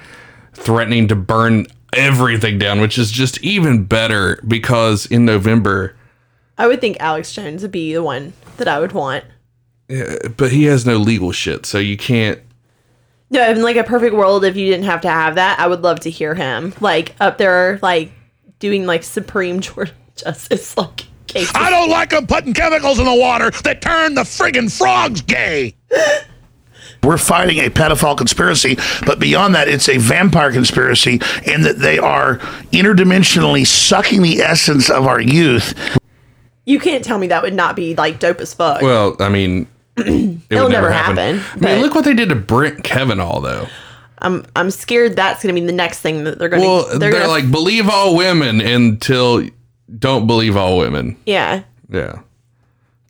threatening to burn everything down, which is just even better because in November,
I would think Alex Jones would be the one that I would want.
yeah, but he has no legal shit. So you can't.
No, in like a perfect world, if you didn't have to have that, I would love to hear him like up there, like doing like supreme *laughs* ju- justice, like cases.
I don't like them putting chemicals in the water that turn the friggin' frogs gay. *laughs* We're fighting a pedophile conspiracy, but beyond that, it's a vampire conspiracy in that they are interdimensionally sucking the essence of our youth.
You can't tell me that would not be like dope as fuck.
Well, I mean, *clears throat* it would
It'll never happen,
I mean,
but-
look what they did to Brent Kavanaugh, though.
I'm I'm scared that's gonna be the next thing that they're gonna.
Well, they're,
gonna-
like, believe all women until don't believe all women.
yeah.
Yeah.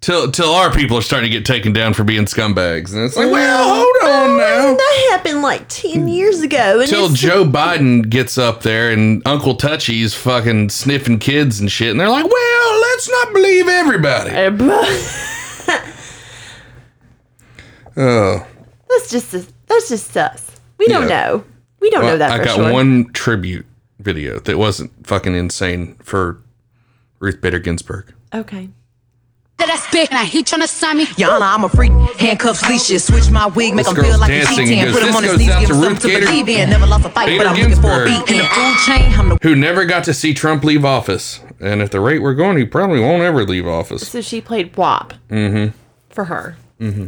Till, till our people are starting to get taken down for being scumbags. And it's like, well, hold on now.
That happened like ten years ago, and
Till
it's-
Joe Biden gets up there and Uncle Touchy's fucking sniffing kids and shit, and they're like, "Well, let's not believe everybody."
Eh,
Oh,
that's just that's just us. We
Yeah.
don't know. We don't know
Well,
that.
I
for
got
sure.
one tribute video that wasn't fucking insane for Ruth Bader Ginsburg.
Okay.
That I spit and I hit you on a Sammy. Yana, I'm a freak. Handcuffs, leashes, switch my wig, make
This
him feel
girl's
like a
dancing
G10.
and
Put
goes,
him on
"This
his knees,
goes out
give
to
him
Ruth
something to
Gator-
believe in. Never lost a fight, but I'm
Bader
looking for a
Ginsburg.
beat. In the food chain, I'm the
Who never got to see Trump leave office, and at the rate we're going, he probably won't ever leave office.
So she played WAP
Mm-hmm.
for her.
Mm-hmm.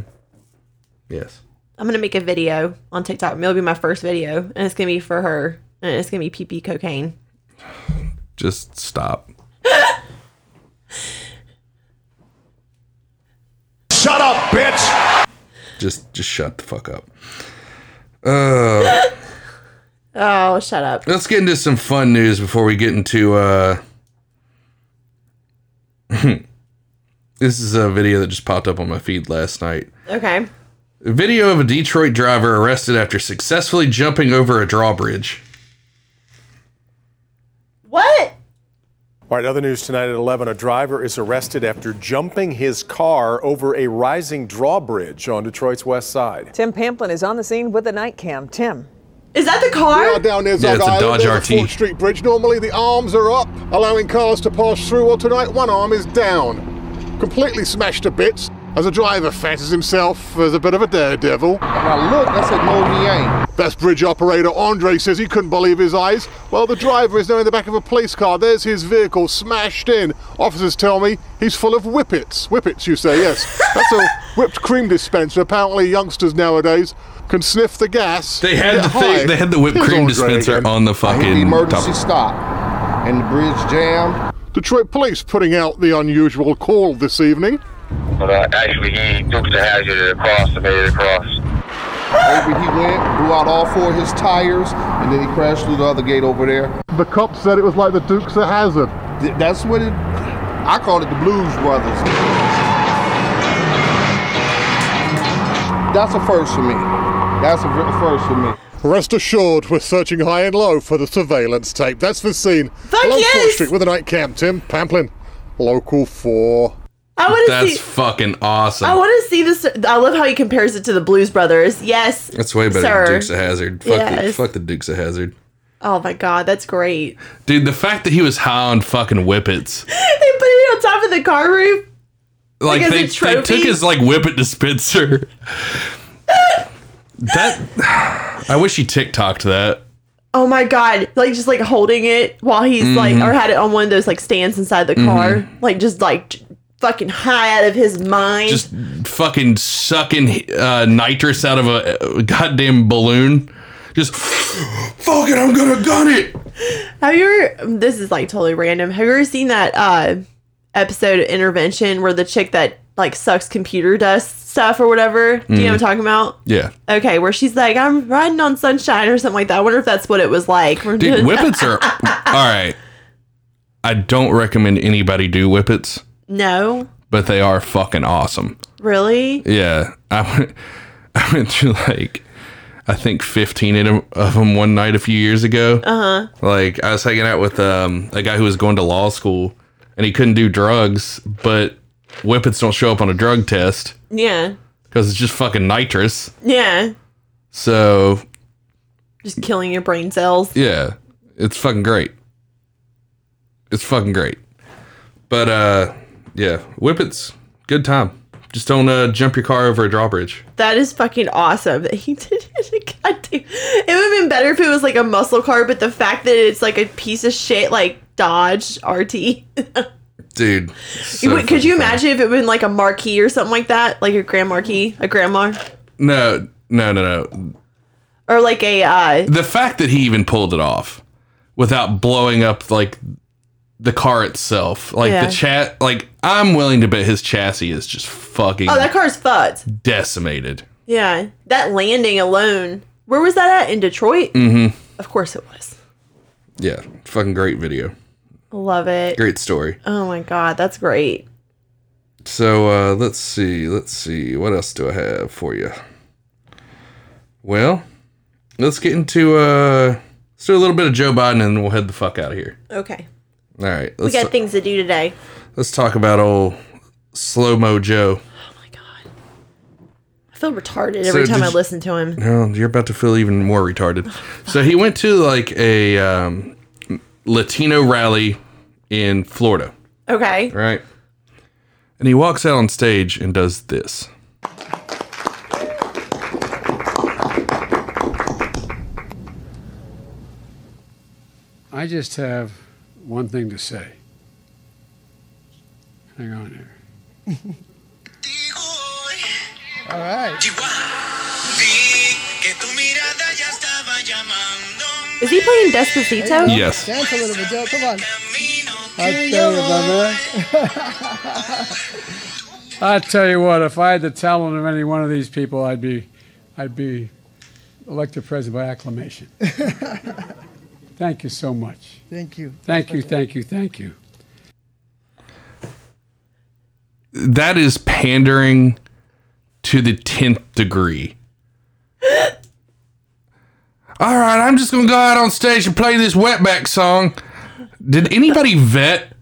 Yes.
I'm gonna make a video on TikTok. It'll be my first video, and it's gonna be for her, and it's gonna be pee pee cocaine.
Just stop.
Shut up, bitch!
Just just shut the fuck up. Uh,
Oh, shut up.
let's get into some fun news before we get into uh *laughs* This is a video that just popped up on my feed last night.
Okay.
A video of a Detroit driver arrested after successfully jumping over a drawbridge.
What?
All right, other news tonight at 11. A driver is arrested after jumping his car over a rising drawbridge on Detroit's west side.
Tim Pamplin is on the scene with the night cam. Tim.
Is that the car?
We are down near
Yeah,
Zog
it's a
Island
Dodge
near the
RT.
4th Street Bridge. Normally the arms are up, allowing cars to pass through. Well, tonight one arm is down, completely smashed to bits. As a driver fancies himself as a bit of a daredevil. Now look, that's said no he ain't. That's bridge operator Andre says he couldn't believe his eyes. Well, the driver is now in the back of a police car. There's his vehicle smashed in. Officers tell me he's full of whippets. Whippets, you say, yes. That's a whipped cream dispenser. Apparently, youngsters nowadays can sniff the gas.
They had
Yeah,
the thing,
hi.
they had the whipped
Here's
cream
Andre
dispenser
again.
on the fucking top.
stop and the bridge jammed. Detroit police putting out the unusual call this evening.
But uh, actually, he took the hazard across and made it across.
Over he went, blew out all four of his tires, and then he crashed through the other gate over there. The cop said it was like the Dukes of Hazard. that's what it. I called it the Blues Brothers. That's a first for me. That's a first for me. Rest assured, we're searching high and low for the surveillance tape. That's the scene. Thank Along yes. Street with a night camp. Tim Pamplin, local four.
I want to
That's
see.
fucking awesome.
I want to see this. I love how he compares it to the Blues Brothers. Yes.
That's way better
sir.
than Dukes of Hazard. Fuck, the,
Yes.
fuck the Dukes of Hazard.
Oh my god, that's great.
Dude, the fact that he was high on fucking whippets.
they put it on top of the car roof.
Like,
*laughs* Like, as
they,
a
they took
trophy?
his like whippet
*laughs*
dispenser. that I wish he TikToked that.
Oh my god! Like just like holding it while he's like,
Mhm.
or had it on one of those like stands inside the car,
Mm-hmm.
like just like j- fucking high out of his mind.
Just fucking sucking uh, nitrous out of a, a goddamn balloon. Just *gasps* fucking I'm gonna gun it.
Have you ever? This is like totally random. Have you ever seen that uh episode of Intervention where the chick that like sucks computer dust stuff or whatever? Do you know what I'm
Mhm.
talking about?
Yeah.
Okay, where she's like, I'm riding on sunshine or something like that. I wonder if that's what it was like.
Dude, whippets
*laughs*
are all right. I don't recommend anybody do whippets,
no,
but they are fucking awesome.
really?
Yeah, I *laughs* went, I went through like I think fifteen of them, of 'em one night a few years ago.
Uh huh.
Like I was hanging out with um, a guy who was going to law school, and he couldn't do drugs, but whippets don't show up on a drug test
Yeah.
because it's just fucking nitrous.
Yeah.
So
Just killing your brain cells.
yeah, it's fucking great. It's fucking great. But uh, yeah, whippets, good time. Just don't uh, jump your car over a drawbridge.
That is fucking awesome that he *laughs* did it. God damn. It would have been better if it was like a muscle car, but the fact that it's like a piece of shit like Dodge
*laughs*
RT.
Dude,
You
so
would- could
fucking funny.
you imagine if it been like a marquee or something like that, like a grand marquee, a grandma,
No, no, no, no.
or like a uh,
The fact that he even pulled it off without blowing up like the car itself, like
Yeah.
the chat, like I'm willing to bet his chassis is just fucking
oh that car's fucked.
decimated.
Yeah, that landing alone. Where was that at in Detroit?
Mm-hmm.
Of course it was.
Yeah, fucking great video,
Love it.
great story.
Oh my god, that's great.
So uh, let's see, let's see, what else do I have for you? Well, let's get into uh, let's do a little bit of Joe Biden, and then we'll head the fuck out of here.
Okay,
All right,
we
let's
got things to do today.
let's talk about old slow mo Joe.
I feel retarded every
So
time I
did you-
listen to him.
No, Oh, you're about to feel even more retarded. So he went to like a um, Latino rally in Florida,
Okay.
right? And he walks out on stage and does this.
I just have one thing to say. Hang on here.
All right.
Is he playing Despacito?
Yes.
Dance a little bit, Joe. Come on. I'll tell you,
I tell you what, if I had the talent of any one of these people, I'd be, I'd be elected president by acclamation. thank you so much.
Thank you.
Thank you, thank you, thank you.
that is pandering to the 10th degree. *gasps* All right, I'm just going to go out on stage and play this wetback song. Did anybody vet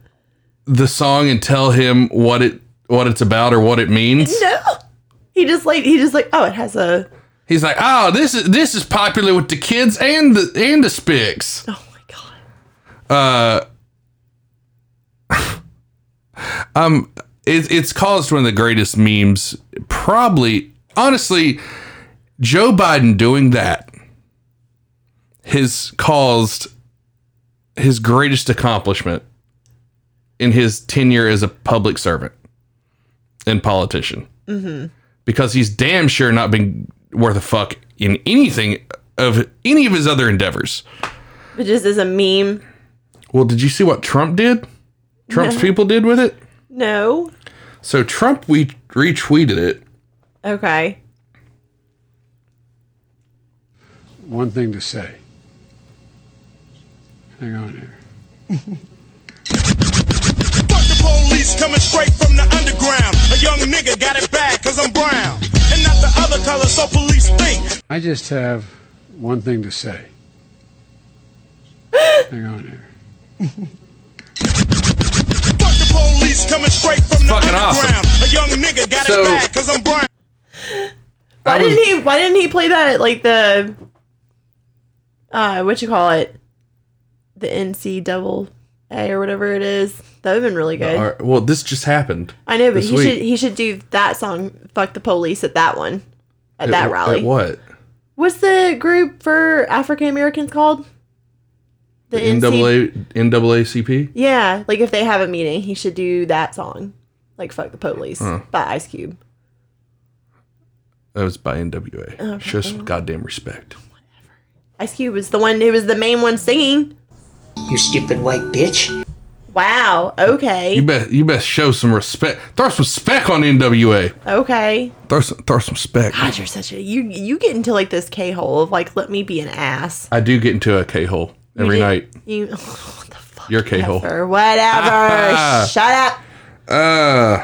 the song and tell him what it what it's about or what it means?
No. *laughs* He just like he just like oh it has a
He's like, "Oh, this is this is popular with the kids and the and the spics." Oh my god. Uh, *laughs* um, it, it's caused one of the greatest memes, probably. Honestly, Joe Biden doing that has caused his greatest accomplishment in his tenure as a public servant and politician
Mm-hmm.
because he's damn sure not been worth a fuck in anything of any of his other endeavors.
it just is a meme.
Well, did you see what Trump did? Trump's
*laughs* No.
people did with it?
No.
So Trump we retweeted it.
Okay.
One thing to say. Hang on here.
Fuck the police coming straight from the underground. A young nigga got it bad cause I'm brown. And not the other color, so police think.
I just have one thing to say. Hang on here.
Fuck the police coming straight from the underground. A young nigga got
So-
it bad cause I'm brown.
Why
I was-
didn't he why didn't he play that at like the uh what you call it? The NC double A or whatever it is. That would have been really good.
All right, well, this just happened.
I know, but
this
he
week.
should he should do that song "Fuck the Police" at that one, at that
wh-
rally.
At what?
What's the group for African Americans called?
The
NC
NAA, NAACP?
Yeah, like if they have a meeting, he should do that song, like "Fuck the Police"
Huh.
by Ice Cube.
That was by NWA.
Oh,
Show
okay.
some goddamn respect.
Ice Cube was the one who was the main one singing.
You stupid white bitch.
Wow. Okay.
You best you best show some respect. Throw some spec on NWA.
Okay.
Throw some throw some spec.
God, you're such a you. You get into like this k hole of like, let me be an ass.
I do get into a K hole
You
every
do-
night.
You *laughs*
Your K hole.
or
Ah.
whatever. Shut up.
Uh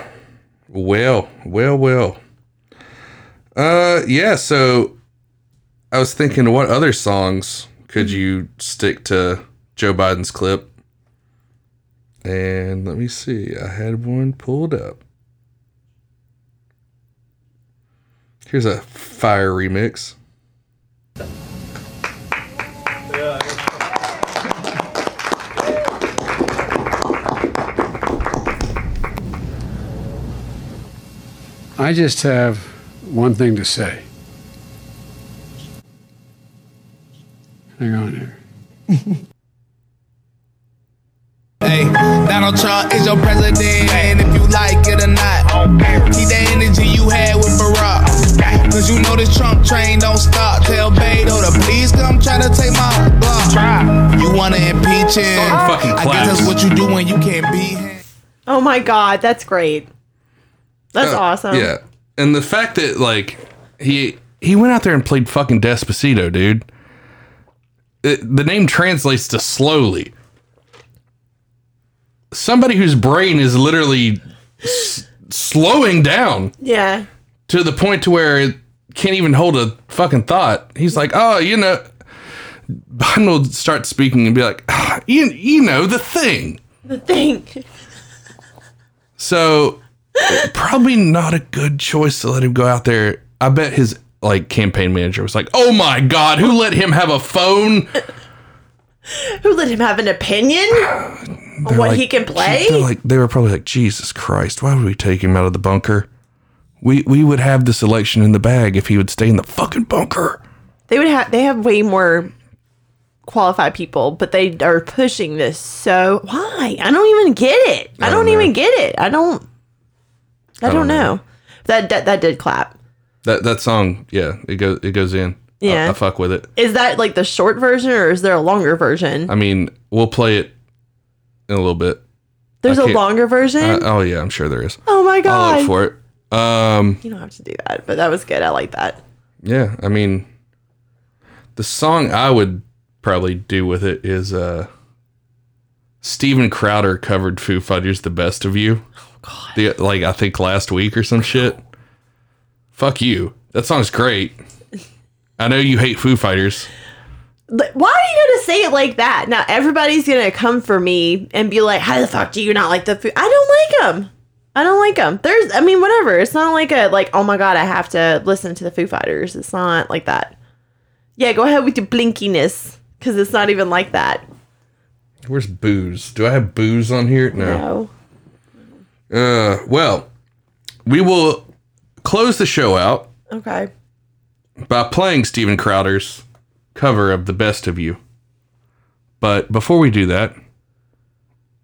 well, well, well. Uh yeah, so I was thinking what other songs could you stick to Joe Biden's clip? And let me see. I had one pulled up. Here's a fire remix.
I just have one thing to say. Hang on here.
*laughs* Hey, Donald Trump is your president, and if you like it or not, keep that energy you had with Barack. Cause you know this Trump train don't stop. Tell Beto to please come try to take my block. You wanna impeach him? I guess that's what you do when you can't beat him.
Oh my god, that's great. That's
Uh,
awesome.
Yeah. And the fact that like he he went out there and played fucking Despacito, dude. It- the name translates to slowly. Somebody whose brain is literally s- slowing down
Yeah.
to the point to where it can't even hold a fucking thought. He's like, oh, you know, Biden will start speaking and be like, "Ah, you, you know, the thing.
The thing.
So probably not a good choice to let him go out there. I bet his like campaign manager was like, "Oh my god, who let him have a phone?"
Who let him have an
*sighs*
opinion on
They're
what
like-
he can play?
They're like they were probably like, "Jesus Christ, why would we take him out of the bunker? We we would have this election in the bag if he would stay in the fucking bunker."
they would have. They have way more qualified people, but they are pushing this. So why? I don't even get it. I don't even get it. I don't. I, don't, know. That, that that did clap.
That that song, yeah, it goes it goes in. I-
Yeah.
I, fuck with it.
Is that like the short version or is there a longer version?
I mean, we'll play it in a little bit.
There's
I
a
can't-
longer version.
I- oh yeah, I'm sure there is.
oh my god!
I'll look for it. Um,
You don't have to do that, but that was good. I like that.
yeah, I mean, the song I would probably do with it is uh, Steven Crowder covered Foo Fighters "The Best of You." Oh god! The, like I think last week or some shit. Fuck you. That song's *laughs* great. I know you hate Foo Fighters.
Like, Why are you gonna say it like that? Now everybody's gonna come for me and be like, "How the fuck do you not like the food? I don't like them. I don't like them." There's, I mean, whatever. It's not like a like, "Oh my god, I have to listen to the Foo Fighters." It's not like that. Yeah, go ahead with your blinkiness because it's not even like that.
Where's booze? Do I have booze on here? No. Uh, well, we will close the show out
Okay.
by playing Steven Crowder's cover of The Best of You. But before we do that,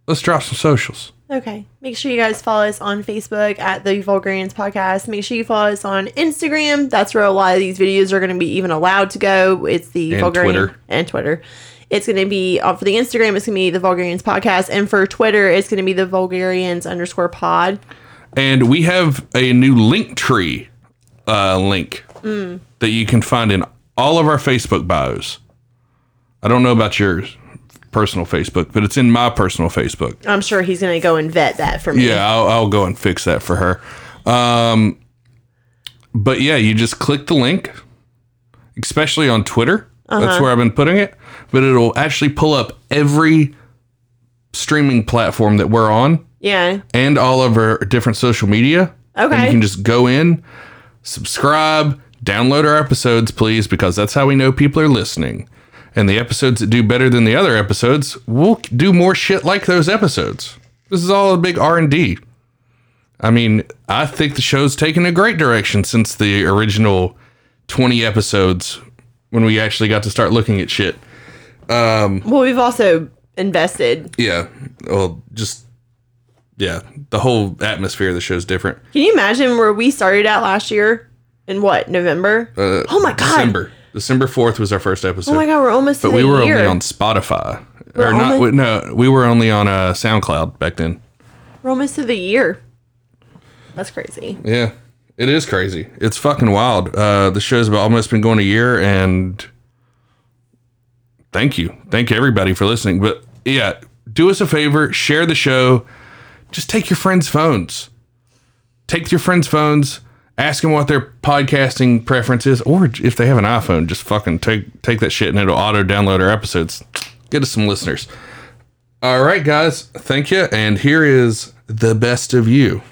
let's drop some socials.
Okay. Make sure you guys follow us on Facebook at the Vulgarians Podcast. Make sure you follow us on Instagram. That's where a lot of these videos are going to be even allowed to go. It's the
And
Vulgarian
Twitter.
and Twitter. It's going to be uh, for the Instagram. It's going to be the Vulgarians Podcast, and for Twitter, it's going to be the Vulgarians underscore Pod.
And we have a new Linktree uh, link
Mm.
that you can find in all of our Facebook bios. I don't know about your personal Facebook, but it's in my personal Facebook.
I'm sure he's going to go and vet that for me.
Yeah, I'll, I'll go and fix that for her. Um, but yeah, you just click the link, especially on Twitter. That's
Uh-huh.
where I've been putting it. But it'll actually pull up every streaming platform that we're on
Yeah.
and all of our different social media. And
Okay.
you can just go in, subscribe, download our episodes, please, because that's how we know people are listening. And the episodes that do better than the other episodes, we'll do more shit like those episodes. This is all a big R and D. I mean, I think the show's taken a great direction since the original twenty episodes when we actually got to start looking at shit. Um,
Well, we've also invested.
yeah. Well, just yeah, the whole atmosphere of the show's different.
Can you imagine where we started out last year? In what November?
Uh,
Oh my God.
December December fourth was our first episode.
Oh my God, we're almost.
But
to
we
the
were
year.
only on Spotify,
We're
or not?
only-
we- No, we were only on uh, SoundCloud back then.
We're almost to the year. That's crazy.
Yeah, it is crazy. It's fucking wild. Uh, the show's about almost been going a year, and thank you, thank everybody for listening. But yeah, do us a favor, share the show. Just take your friends' phones. Take your friends' phones. Ask them what their podcasting preference is, or if they have an iPhone, just fucking take take that shit and it'll auto download our episodes. Get us some listeners. All right, guys, thank you. And here is the best of you.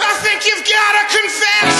I think you've got to confess.